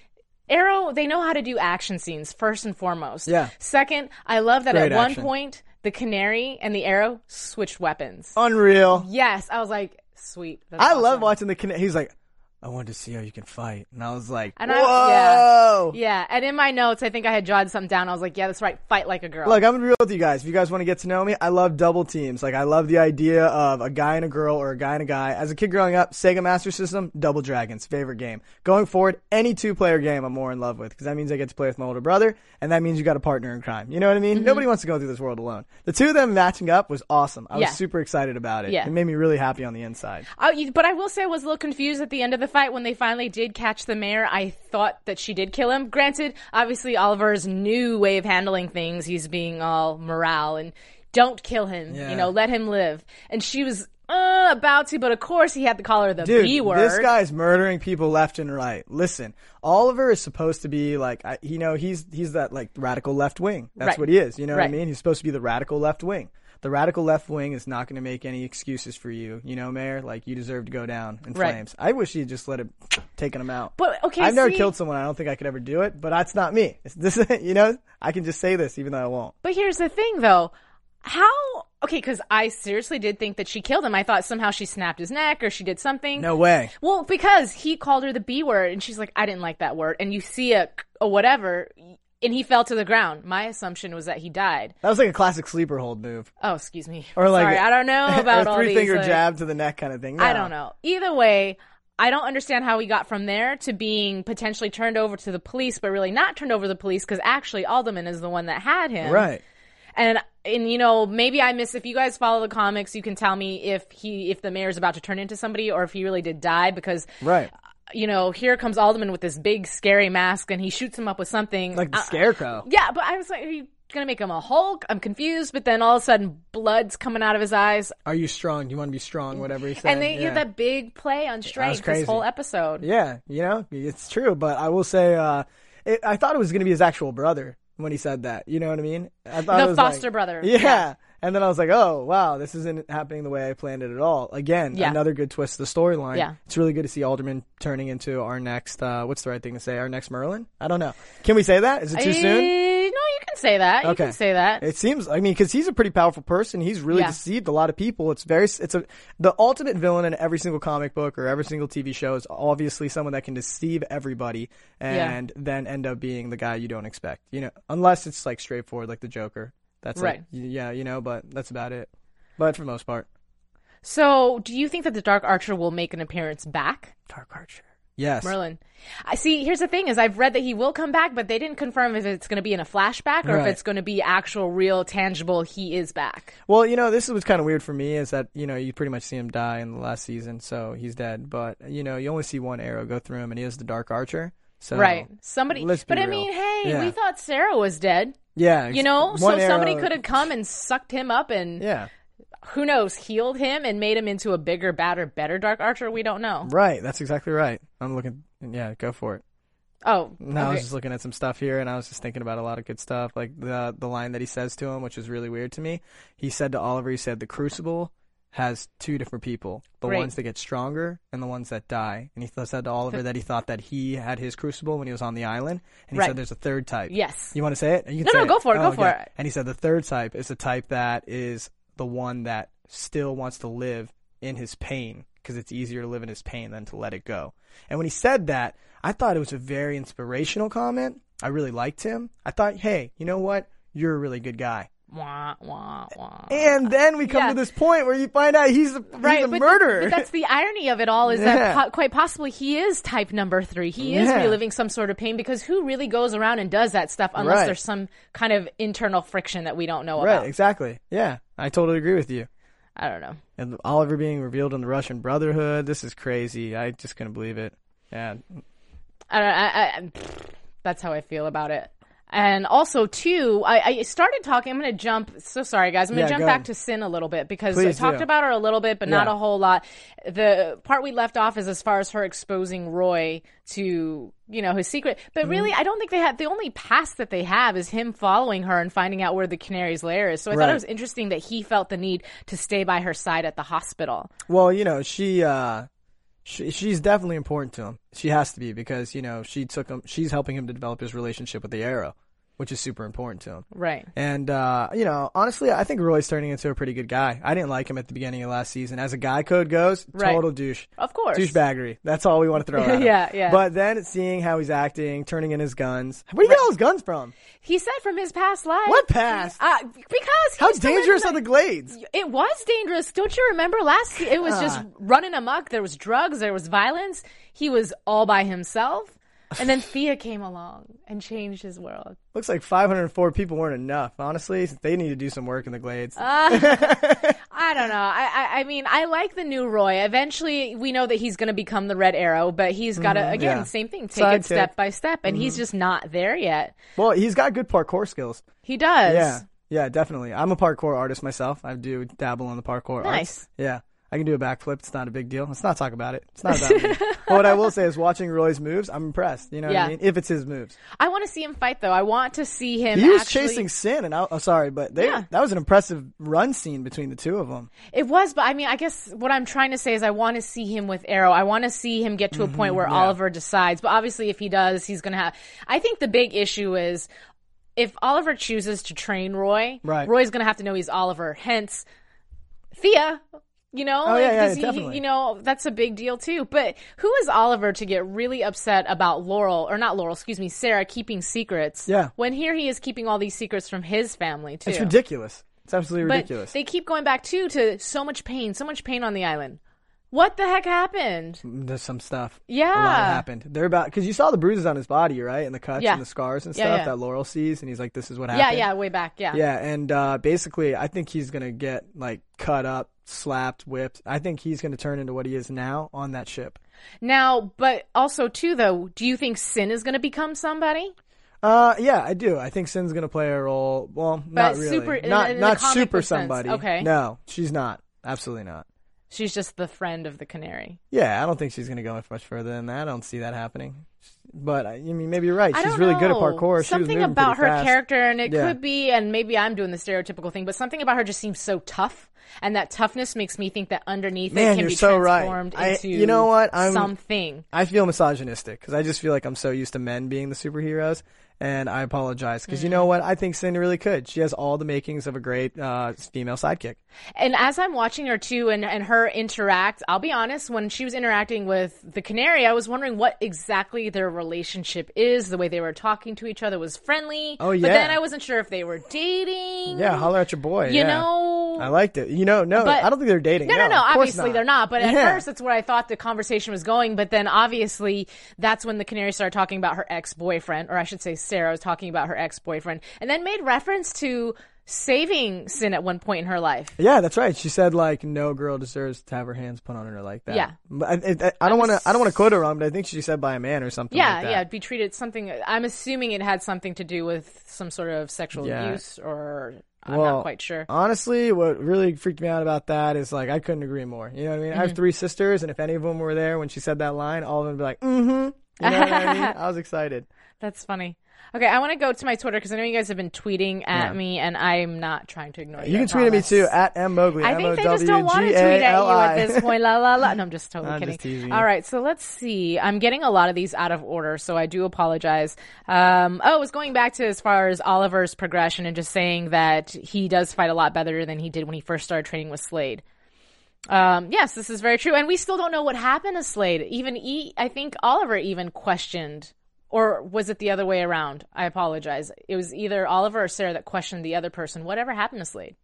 Arrow, they know how to do action scenes first and foremost.
Yeah.
Second, I love that
Great
at one
action.
point the canary and the arrow switched weapons.
Unreal.
Yes, I was like, sweet. that's
Oh. I
awesome.
love watching the. Cana- He's like, I wanted to see how you can fight, and I was like,
And I-
whoa.
Yeah, and in my notes, I think I had jotted something down. I was like, yeah, that's right. Fight like a girl.
Look, I'm gonna be real with you guys. If you guys want to get to know me, I love double teams. Like, I love the idea of a guy and a girl or a guy and a guy. As a kid growing up, Sega Master System, Double Dragons, favorite game. Going forward, any two player game I'm more in love with because that means I get to play with my older brother, and that means you got a partner in crime. You know what
Mm-hmm.
I mean? Nobody wants to go through this world alone. The two of them matching up was awesome. I
Yeah.
was super excited about it.
Yeah.
It made me really happy on the inside.
Oh, you- but I will say I was a little confused at the end of the fight when they finally did catch the mayor. I thought that she did kill him. Granted, obviously Oliver's new way of handling things, he's being all morale and don't kill him, you know, let him live. And she was uh, about to, but of course he had to call her the
Dude,
B word.
this guy's murdering people left and right. Listen, Oliver is supposed to be like, I, you know, he's he's that like radical left wing. That's
Right.
what he is. You know what
Right.
I mean? He's supposed to be the radical left wing. The radical left wing is not going to make any excuses for you. You know, Mayor, like you deserve to go down in
Right.
flames. I wish he had just let him taken him out.
But, okay,
I've never
see-
killed someone. I don't think I could ever do it. But that's not me. It's, this, you know, I can just say this even though I won't.
But here's the thing, though. How? Okay, because I seriously did think that she killed him. I thought somehow she snapped his neck or she did something.
No way.
Well, because he called her the B word, and she's like, "I didn't like that word," and you see a, a whatever, and he fell to the ground. My assumption was that he died.
That was like a classic sleeper hold move,
Oh, excuse me.
or like
Sorry, I I don't know about
or
all
three
these.
finger
like-
jab to the neck kind of thing.
I
No.
don't know. Either way, I don't understand how we got from there to being potentially turned over to the police, but really not turned over to the police because actually Alderman is the one that had him.
Right.
And and you know maybe I miss if you guys follow the comics, you can tell me if he if the mayor's about to turn into somebody or if he really did die because
Right.
you know here comes Alderman with this big scary mask and he shoots him up with something
Like the
I-
scarecrow.
yeah, but I was like, are you gonna make him a Hulk? I'm confused. But then all of a sudden, blood's coming out of his eyes,
Are you strong? Do you want to be strong? Whatever he said.
and they
yeah.
did that big play on strength this
crazy.
whole episode.
Yeah, you know, it's true. But I will say, uh, it, I thought it was going to be his actual brother when he said that. You know what I mean? I thought
The
it was like-
foster brother,
Yeah.
yeah.
And then I was like, oh, wow, this isn't happening the way I planned it at all. Again,
Yeah.
another good twist to the storyline.
Yeah.
It's really good to see Alderman turning into our next, uh, what's the right thing to say? Our next Merlin? I don't know. Can we say that? Is it too
Eh,
soon?
No, you can say that. You
Okay.
can say that.
It seems, I mean, because he's a pretty powerful person. He's really
Yeah.
deceived a lot of people. It's very, it's a, the ultimate villain in every single comic book or every single TV show is obviously someone that can deceive everybody and then end up being the guy you don't expect, you know, unless it's like straightforward, like the Joker. That's like,
Right.
y- yeah, you know, but that's about it. But for the most part,
so, do you think that the Dark Archer will make an appearance back,
Dark Archer. Yes.
Merlin? I see. Here's the thing: is I've read that he will come back, but they didn't confirm if it's going to be in a flashback or if
Right.
it's going to be actual, real, tangible. He is back.
Well, you know, this is what's kind of weird for me is that, you know, you pretty much see him die in the last season, so he's dead. But, you know, you only see one arrow go through him, and he is the Dark Archer. So
Right. Somebody,
let's be
but I
real.
mean, hey,
Yeah.
we thought Sarah was dead.
Yeah.
You know, so
one
somebody
arrow-
could have come and sucked him up and
Yeah.
who knows, healed him and made him into a bigger, badder, better Dark Archer. We don't know.
Right. That's exactly right. I'm looking. Yeah, go for it.
Oh,
No, I
okay.
was just looking at some stuff here, and I was just thinking about a lot of good stuff, like the the line that he says to him, which is really weird to me. He said to Oliver, he said, "The Crucible has two different people: the
Right.
ones that get stronger and the ones that die." And he th- said to Oliver that he thought that he had his Crucible when he was on the island, and he
Right.
said there's a third type.
Yes.
You want to say it? You can
No,
say
no, go for it, go
okay.
for it.
oh, And he said the third type is the type that is the one that still wants to live in his pain because it's easier to live in his pain than to let it go. And when he said that, I thought it was a very inspirational comment. I really liked him. I thought, hey, you know what? You're a really good guy.
wah, wah, wah.
And then we come
Yeah.
to this point where you find out he's a, he's a
but,
murderer.
but that's the irony of it all is that
Yeah.
po- quite possibly he is type number three. He is
Yeah.
reliving some sort of pain because who really goes around and does that stuff unless
Right.
there's some kind of internal friction that we don't know
right,
about?
exactly. Yeah, I totally agree with you.
I don't know.
And Oliver being revealed in the Russian Brotherhood. This is crazy. I just couldn't believe it. Yeah,
I don't. I, I, that's how I feel about it. And also, too, I, I started talking. I'm going to jump. So sorry, guys. I'm going
Yeah,
to jump
go.
back to Sin a little bit because
Please
I talked
do.
about her a little bit, but not
Yeah.
a whole lot. The part we left off is as far as her exposing Roy to you know his secret.
Mm-hmm.
But really, I don't think they have. The only past that they have is him following her and finding out where the Canary's lair is. So I thought
Right.
it was interesting that he felt the need to stay by her side at the hospital.
Well, you know, she uh she, she's definitely important to him. She has to be because, you know, she took him she's helping him to develop his relationship with the arrow, which is super important to him.
Right.
And uh, you know, honestly, I think Roy's turning into a pretty good guy. I didn't like him at the beginning of last season. As a guy code goes,
Right.
total douche.
Of course.
Douchebaggery. That's all we want to throw at him.
Yeah, yeah.
But then seeing how he's acting, turning in his guns. Where do you get all his guns from?
He said from his past life.
What past?
Uh, because
How
he's the
dangerous
resident-
are the glades?
It was dangerous. Don't you remember last? It was just running amok. There was drugs. There was violence. He was all by himself. And then Thea came along and changed his world.
Looks like 504 people weren't enough. Honestly, they need to do some work in the glades.
I don't know. I, I, I mean, I like the new Roy. Eventually, we know that he's going to become the Red Arrow, but he's got to again
Mm-hmm. yeah.
same thing. Take
Sidekick.
it step by step, and
Mm-hmm.
he's just not there yet.
well, he's got good parkour skills.
He does.
Yeah, yeah, definitely. I'm a parkour artist myself. I do dabble in the parkour
Nice.
arts. Yeah, I can do a backflip. It's not a big deal. Let's not talk about it. It's not about me. But what I will say is, watching Roy's moves, I'm impressed. You know what
Yeah.
I mean? If it's his moves,
I want to see him fight though. I want to see him.
he was
actually-
chasing Sin, and I, oh, sorry, but they,
Yeah.
that was an impressive run scene between the two of them.
It was, but I mean, I guess what I'm trying to say is I want to see him with Arrow. I want to see him get to a
Mm-hmm.
point where Oliver decides. But obviously, if he does, he's going to have. I think the big issue is if Oliver chooses to train Roy,
Right.
Roy's going to have to know he's Oliver. Hence, Thea. You know,
Oh, yeah, yeah,
'cause he- he,
definitely.
you know that's a big deal too. But who is Oliver to get really upset about Laurel or not Laurel? Excuse me, Sarah keeping secrets.
Yeah.
When here he is keeping all these secrets from his family too.
It's ridiculous. It's absolutely
But
ridiculous.
they keep going back too to so much pain, so much pain on the island. What the heck happened?
Mm, There's some stuff.
Yeah.
A lot happened. They're about because you saw the bruises on his body, right, and the cuts
Yeah.
and the scars and
Yeah,
stuff
yeah.
that Laurel sees, and he's like, "This is what
Yeah,
happened."
yeah, way back. Yeah.
Yeah, and uh, basically, I think he's gonna get like cut up, slapped, whipped. I think he's gonna turn into what he is now on that ship.
Now, but also too though, do you think Sin is going to become somebody?
Uh, yeah, I do. I think Sin's gonna play a role. Well, not really.
super- in-
not
in the
not
comic
super
book sense.
somebody.
Okay.
No, she's not. Absolutely not.
She's just the friend of the canary.
Yeah, I don't think she's gonna go much further than that. I don't see that happening. But I I mean, maybe you're right.
I
She's
don't
really good at
know.
parkour. she was
Something
moving
about
pretty
her
fast.
character, and it
Yeah.
could be, and maybe I'm doing the stereotypical thing, but something about her just seems so tough, and that toughness makes me think that underneath
Man,
it can
you're
be
so right.
transformed
I-
into
you know what? I'm-
something.
I feel misogynistic because I just feel like I'm so used to men being the superheroes, and I apologize because you
Mm.
know what? I think Cindy really could. She has all the makings of a great uh, female sidekick.
And as I'm watching her too, and and her interact, I'll be honest, when she was interacting with the canary, I was wondering what exactly their relationship is. The way they were talking to each other was friendly.
Oh,
but
yeah.
then I wasn't sure if they were dating.
Yeah, holler at your boy.
You
yeah.
know-
I liked it. You know, no,
But-
I don't think they're dating.
No, no, no.
of course
Obviously, they're not. But at
Yeah.
first, that's where I thought the conversation was going. But then, obviously, that's when the canary started talking about her ex boyfriend, or I should say, Sarah was talking about her ex boyfriend, and then made reference to saving Sin at one point in her life.
Yeah, that's right. She said like, no girl deserves to have her hands put on her like that.
Yeah.
But I, I, I don't want to. I don't want to quote her wrong, but I think she said by a man or something.
Yeah,
like that.
yeah. It'd be treated something. I'm assuming it had something to do with some sort of sexual
Yeah.
abuse, or I'm
Well, uh,
not quite sure.
Honestly, what really freaked me out about that is like I couldn't agree more. You know what I mean? I
Mm-hmm.
have three sisters, and if any of them were there when she said that line, all of them would be like, mm-hmm. You know what I mean? I was excited.
That's funny. Okay, I want to go to my Twitter because I know you guys have been tweeting at me, and I'm not trying to ignore you.
You
I
can tweet at me
promise.
too at m Mowgli.
I think they just don't want to tweet at you at this point. La la la. No, I'm just totally
I'm
kidding.
just teasing you.
All right, so let's see. I'm getting a lot of these out of order, so I do apologize. Um, oh, I was going back to as far as Oliver's progression and just saying that he does fight a lot better than he did when he first started training with Slade. Um, yes, this is very true, and we still don't know what happened to Slade. Even e- I think Oliver even questioned. Or was it the other way around? I apologize. It was either Oliver or Sarah that questioned the other person. Whatever happened to Slade?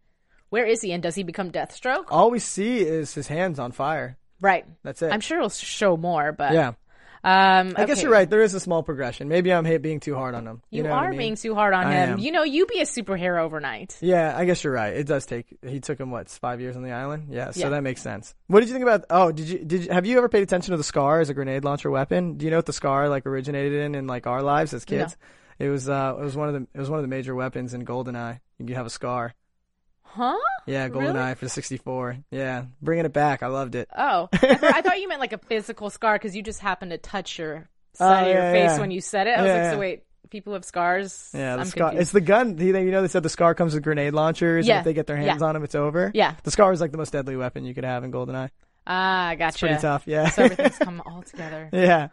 Where is he? And does he become Deathstroke?
All we see is his hands on fire.
Right.
Oh, That's it.
I'm sure we'll show more, but
Yeah.
Um,
I guess you're right. There is a small progression. Maybe I'm hate being too hard on him. You,
You,
know what
are
I mean?
being too hard on
I
him.
am.
You know, you be a superhero overnight.
Yeah, I guess you're right. It does take. He took him what five years on the island. Yeah, so
Yeah.
that makes sense. What did you think about? Oh, did you did you, have you ever paid attention to the scar as a grenade launcher weapon? Do you know what the scar like originated in in like our lives as kids? It was uh it was one of the it was one of the major weapons in GoldenEye. You could have a scar.
Huh?
Yeah, GoldenEye
Really?
for the 64. Yeah, bringing it back. I loved it.
Oh, I, thought- I thought you meant like a physical scar because you just happened to touch your side of your
Oh, yeah,
face
yeah.
when you said it. I was
Yeah,
like,
yeah.
so wait, people have scars.
Yeah, the
I'm
scar.
confused.
It's the gun. You know, you know they said the scar comes with grenade launchers.
Yeah,
And if they get their hands
yeah.
on them, it's over.
Yeah.
The scar is like the most deadly weapon you could have in GoldenEye.
ah, gotcha.
Pretty tough. Yeah.
so everything's come all together.
yeah.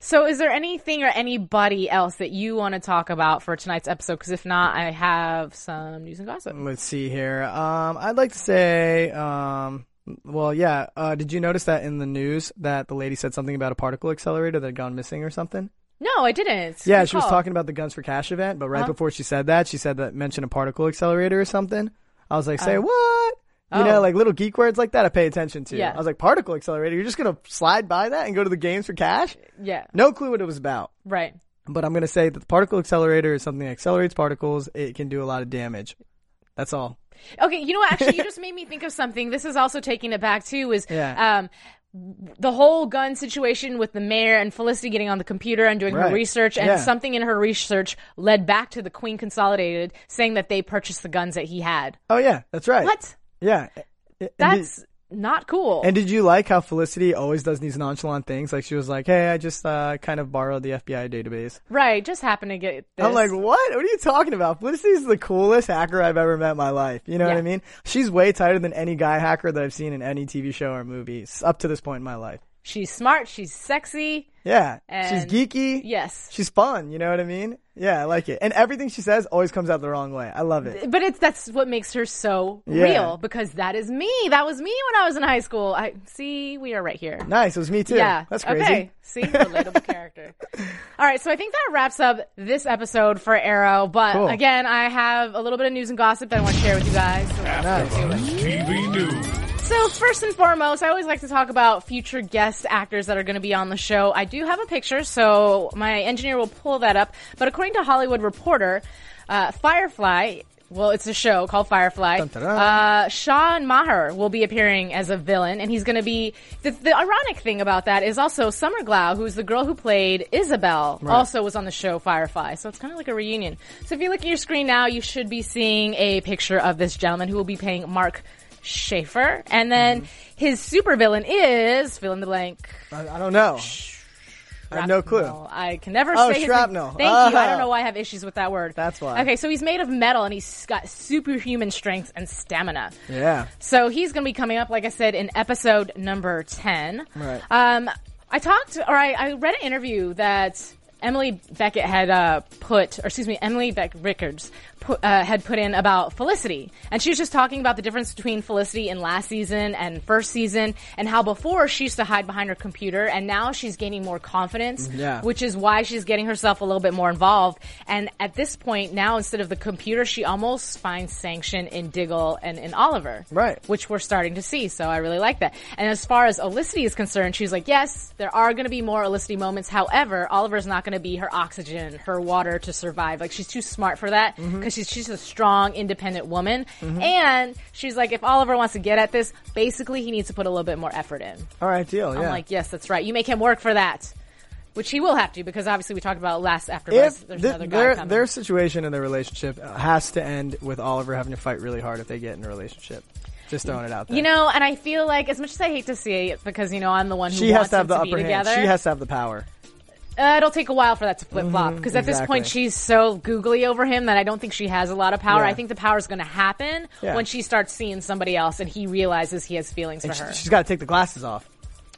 So, is there anything or anybody else that you want to talk about for tonight's episode? Because if not, I have some news and gossip.
Let's see here. Um, I'd like to say, um, well, yeah. Uh, did you notice that in the news that the lady said something about a particle accelerator that had gone missing or something?
No, I didn't.
Yeah,
Good
she was
call.
talking about the Guns for Cash event, but right
Uh-huh.
before she said that, she said that mention a particle accelerator or something. I was like, say what? You know,
Uh, Oh.
like little geek words like that. I pay attention to.
Yeah.
I was like, particle accelerator. You're just gonna slide by that and go to the games for cash?
Yeah.
No clue what it was about.
Right.
But I'm gonna say that the particle accelerator is something that accelerates particles. It can do a lot of damage. That's all.
Okay, you know what? Actually, you just made me think of something. This is also taking it back too. Is
Yeah.
um, the whole gun situation with the mayor and Felicity getting on the computer and doing her
Right.
research, and
Yeah.
something in her research led back to the Queen Consolidated saying that they purchased the guns that he had.
Oh yeah, that's right.
What?
Yeah. And did-
That's not cool.
and did you like how Felicity always does these nonchalant things? Like she was like, "Hey, I just uh, kind of borrowed the FBI database."
right? Just happened to get. This.
I'm like, "What? What are you talking about? Felicity's the coolest hacker I've ever met in my life." You know what
Yeah.
I mean? She's way tighter than any guy hacker that I've seen in any TV show or movie s- up to this point in my life.
she's smart. She's sexy.
Yeah,
And-
she's geeky.
Yes.
she's fun. You know what I mean? Yeah, I like it. And everything she says always comes out the wrong way. I love it.
But it's that's what makes her so
Yeah.
real because that is me. That was me when I was in high school. I see we are right here.
Nice. It was me too.
Yeah.
that's crazy.
Okay. See, relatable character. All right. So I think that wraps up this episode for Arrow. But
Cool.
again, I have a little bit of news and gossip that I want to share with you guys. So-
After Buzz TV News.
So first and foremost, I always like to talk about future guest actors that are going to be on the show. I do have a picture, so my engineer will pull that up. But according to Hollywood Reporter, uh, Firefly. Well, it's a show called Firefly. Uh, Sean Maher will be appearing as a villain, and he's going to be. The, the ironic thing about that is also Summer Glau, who's the girl who played Isabel, also was on the show Firefly. So it's kind of like a reunion. So if you look at your screen now, you should be seeing a picture of this gentleman who will be playing Mark Schaefer. And then his supervillain is fill in the blank.
I, I don't know. I have no clue.
Shrapnel. I can never
Oh,
say his
shrapnel.
Name. Thank you. I
Ah.
don't know why I have issues with that word.
That's why.
Okay, so he's made of metal and he's got superhuman strength and stamina.
Yeah.
So he's going to be coming up, like I said, in episode number 10.
Right.
Um, I talked, or I, I read an interview that Emily Beckett had uh, put, or excuse me, Emily Beck Rickards put, uh, had put in about Felicity. And she was just talking about the difference between Felicity in last season and first season, and how before she used to hide behind her computer, and now she's gaining more confidence,
Yeah.
which is why she's getting herself a little bit more involved. And at this point, now instead of the computer, she almost finds sanction in Diggle and in Oliver
Right.
which we're starting to see. So I really like that. And as far as Elicity is concerned, she's like, yes, there are going to be more Elicity moments. However, Oliver's not going to be her oxygen, her water to survive. Like she's too smart for that
Mm-hmm.
because she's she's a strong, independent woman. And she's like, if Oliver wants to get at this, basically he needs to put a little bit more effort in.
All right, deal. Yeah.
I'm like, yes, that's right. You make him work for that. Which he will have to because obviously we talked about last after Buzz,
if
there's
th-
another guy
their
coming.
their situation in their relationship uh, has to end with Oliver having to fight really hard if they get in a relationship. Just throwing it out there.
you know, and I feel like as much as I hate to see it because you know I'm the one who
she has
wants
to have the
them
upper
be
hand.
together.
She has to have the power.
Uh, it'll take a while for that to flip flop because at this point
Mm-hmm. exactly.
she's so googly over him that I don't think she has a lot of power.
Yeah.
I think the power is going to happen
Yeah.
when she starts seeing somebody else and he realizes he has feelings for her.
She's got to take the glasses off.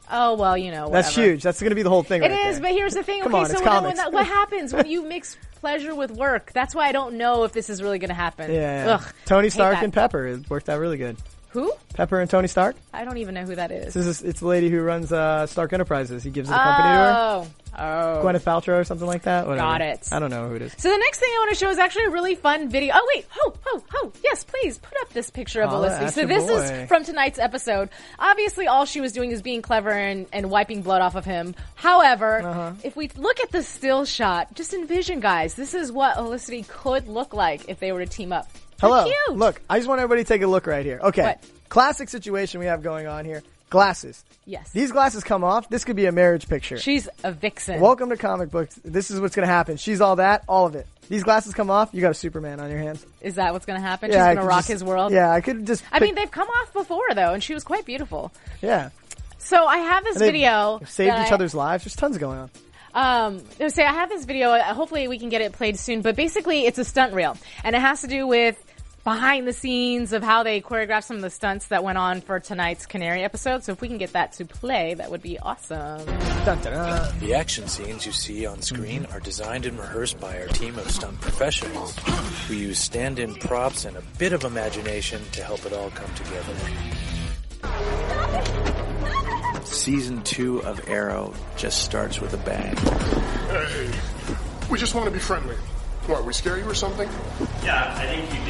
oh well, you know
That's
whatever.
huge. That's going to be the whole thing.
It is,
right there.
but here's the thing.
Come
okay,
on,
so
it's
when, that- when
comics.
that, what happens when you mix pleasure with work? That's why I don't know if this is really going to happen.
yeah, yeah.
Ugh,
Tony
hate
Stark
that.
and Pepper it worked out really good.
who?
Pepper and Tony Stark.
I don't even know who that is.
This is it's the lady who runs uh, Stark Enterprises. He gives it a company to her.
oh, oh.
Gwyneth Paltrow or something like that. Whatever.
Got it.
I don't know who it is.
So the next thing I want to show is actually a really fun video. Oh wait, ho, ho, ho! Yes, please put up this picture of
Holla
Felicity.
at
So
your
this
Oh, boy.
is from tonight's episode. Obviously, all she was doing is being clever and, and wiping blood off of him. However,
Uh-huh.
if we look at the still shot, just envision, guys, this is what Felicity could look like if they were to team up. They're
Hello.
cute.
Look, I just want everybody to take a look right here. Okay.
What?
Classic situation we have going on here. Glasses.
Yes.
These glasses come off. This could be a marriage picture.
she's a vixen.
Welcome to comic books. This is what's going to happen. She's all that, all of it. These glasses come off. You got a Superman on your hands.
Is that what's going to happen?
I
she's going
could
to rock
just-
his world.
Yeah, I could just.
I
pick-
mean, they've come off before though, and she was quite beautiful.
yeah.
So I have this
And they've
video.
saved
that
each
I-
other's lives. There's tons going on.
Um, no, say I have this video. uh, Hopefully, we can get it played soon. But basically, it's a stunt reel, and it has to do with behind the scenes of how they choreographed some of the stunts that went on for tonight's Canary episode. So if we can get that to play, that would be awesome.
Dun, dun, dun.
The action scenes you see on screen are designed and rehearsed by our team of stunt professionals. We use stand in props and a bit of imagination to help it all come together. Season 2 of Arrow just starts with a bang.
Hey, we just want to be friendly. What, we scare you or something?
Yeah, I think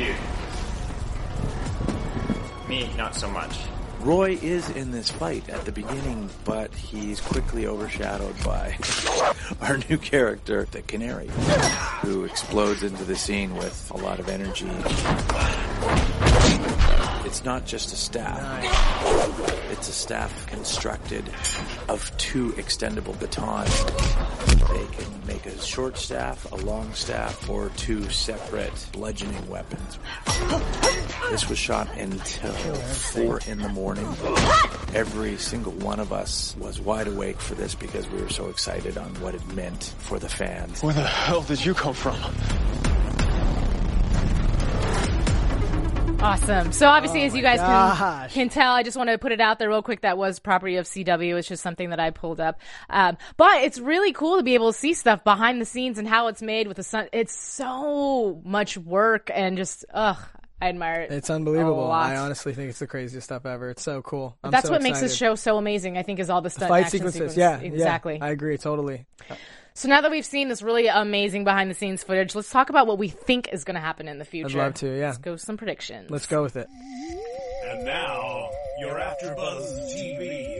you do. Me, not so much.
Roy is in this fight at the beginning, but he's quickly overshadowed by our new character, the Canary, who explodes into the scene with a lot of energy. It's not just a staff. It's a staff constructed of two extendable batons. They can make a short staff, a long staff, or two separate bludgeoning weapons. This was shot until four in the morning. Every single one of us was wide awake for this because we were so excited on what it meant for the fans.
Where the hell did you come from?
Awesome. So obviously, as you guys can,
Oh gosh.
can tell, I just want to put it out there real quick. That was property of CW. It's just something that I pulled up. Um, but it's really cool to be able to see stuff behind the scenes and how it's made with the sun. It's so much work and just ugh. I admire it.
It's
a
unbelievable.
lot.
I honestly think it's the craziest stuff ever. It's so cool. I'm
That's
so
what makes this
excited.
show so amazing. I think is all the stunt
Fight
action
sequences,
sequence.
yeah, yeah.
exactly.
I agree totally.
so now that we've seen this really amazing behind the scenes footage, let's talk about what we think is going to happen in the future.
love to, yeah.
Let's go with some predictions.
Let's go with it.
And now, Your AfterBuzz TV.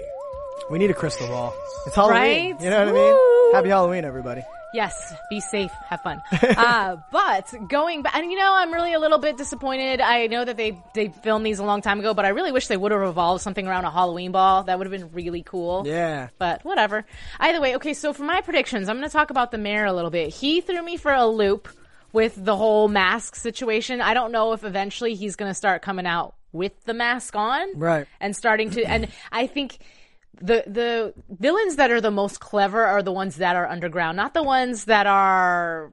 We need a crystal ball. It's Halloween.
Right?
You know what I
Woo!
mean? Happy Halloween, everybody.
Yes, be safe, have fun. uh, but going back, and you know, I'm really a little bit disappointed. I know that they they filmed these a long time ago, but I really wish they would have revolved something around a Halloween ball. That would have been really cool.
Yeah.
But whatever. Either way, okay. So for my predictions, I'm going to talk about the mayor a little bit. He threw me for a loop with the whole mask situation. I don't know if eventually he's going to start coming out with the mask on,
Right.
And starting to, and I think the the villains that are the most clever are the ones that are underground, not the ones that are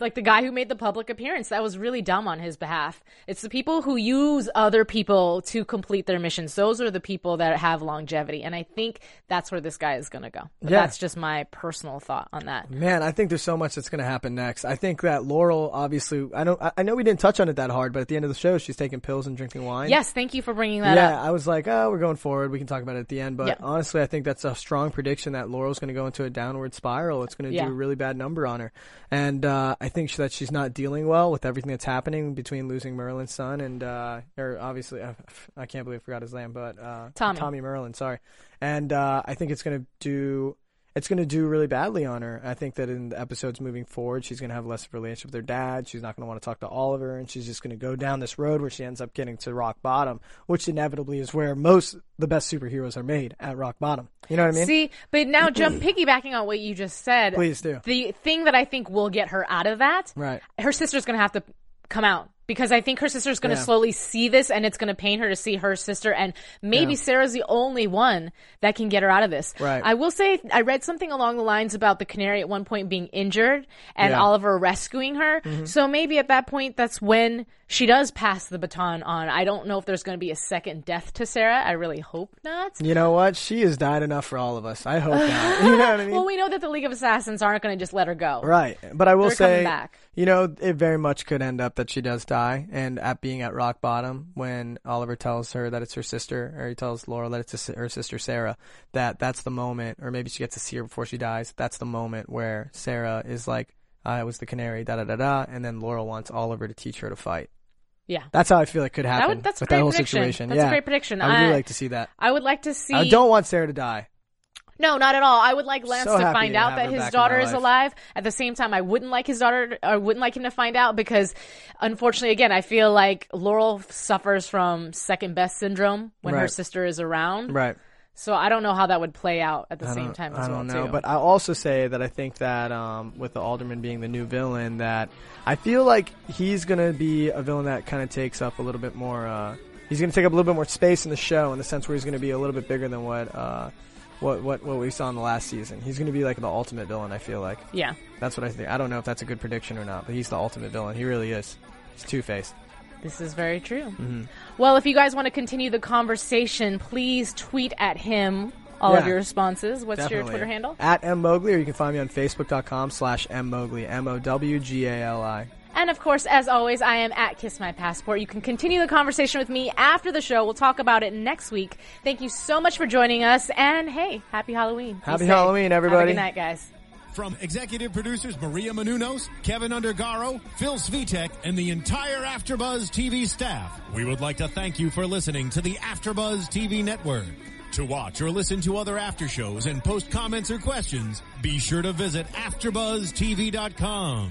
like the guy who made the public appearance. That was really dumb on his behalf. It's the people who use other people to complete their missions. Those are the people that have longevity, and I think that's where this guy is going to go. But
Yeah.
that's just my personal thought on that.
Man, I think there's so much that's going to happen next. I think that Laurel, obviously, I don't, I- I know we didn't touch on it that hard, but at the end of the show, she's taking pills and drinking wine.
Yes, thank you for bringing that
Yeah,
up.
I was like, oh, we're going forward. We can talk about it at the end. But
Yeah.
honestly, I think that's a strong prediction that Laurel's going to go into a downward spiral. It's going to
Yeah.
do a really bad number on her. And uh, I think that she's not dealing well with everything that's happening between losing Merlin's son and, uh, or obviously, I, I can't believe I forgot his name, but uh,
Tommy.
Merlin, sorry. And uh, I think it's going to do. It's going to do really badly on her. I think that in the episodes moving forward, she's going to have less of a relationship with her dad. She's not going to want to talk to Oliver, and she's just going to go down this road where she ends up getting to rock bottom, which inevitably is where most the best superheroes are made at rock bottom. You know what I mean?
See, but now jump piggybacking on what you just said.
Please do.
The thing that I think will get her out of that,
Right.
her sister's going to have to come out because I think her sister's going to
Yeah.
slowly see this and it's going to pain her to see her sister and maybe Sarah's the only one that can get her out of this.
Right.
I will say I read something along the lines about the canary at one point being injured and
Yeah. Mm-hmm.
Oliver rescuing her. So maybe at that point that's when she does pass the baton on. I don't know if there's going to be a second death to Sarah. I really hope not.
You know what? She has died enough for all of us. I hope not. You know what I mean?
Well, we know that the League of Assassins aren't going to just let her go.
Right, but I will
They're coming
say,
back.
you know, it very much could end up that she does die, and at being at rock bottom when Oliver tells her that it's her sister, or he tells Laura that it's his, her sister Sarah, that that's the moment, or maybe she gets to see her before she dies. That's the moment where Sarah is like, "I was the canary," da da da da, and then Laura wants Oliver to teach her to fight.
Yeah.
That's how I feel it could
would-
happen.
that's a
with
great
that whole
prediction.
situation.
That's a
yeah.
great prediction.
I would really
I-
like to see that.
I would like to see.
I don't want Sarah to die.
No, not at all. I would like Lance
So
to
happy
find
to
out
have
that
her
his
back in
daughter
my
is
life.
alive. At the same time, I wouldn't like his daughter. I wouldn't like him to find out because, unfortunately, again, I feel like Laurel suffers from second best syndrome when her
Right.
sister is around.
Right.
So I don't know how that would play out at the same
don't-
time as
I
well.
don't know,
too.
but I also say that I think that um, with the alderman being the new villain, that I feel like he's gonna be a villain that kind of takes up a little bit more. Uh, he's gonna take up a little bit more space in the show in the sense where he's gonna be a little bit bigger than what uh, what what what we saw in the last season. He's gonna be like the ultimate villain. I feel like
yeah.
that's what I think. I don't know if that's a good prediction or not, but he's the ultimate villain. He really is. He's two faced.
This is very true.
Mm-hmm.
Well, if you guys want to continue the conversation, please tweet at him all of
Yeah.
your responses. What's your
Definitely.
Twitter handle?
At M Mowgli, or you can find me on Facebook.com slash M Mowgli, M O W G A L I.
And of course, as always, I am at Kiss My Passport. You can continue the conversation with me after the show. We'll talk about it next week. Thank you so much for joining us. And hey, happy Halloween. Be
Happy
safe.
Halloween,
Have a
everybody.
good night, guys.
From executive producers Maria Menunos, Kevin Undergaro, Phil Svitek, and the entire Afterbuzz TV staff, we would like to thank you for listening to the Afterbuzz TV network. To watch or listen to other after shows and post comments or questions, be sure to visit AfterbuzzTV.com.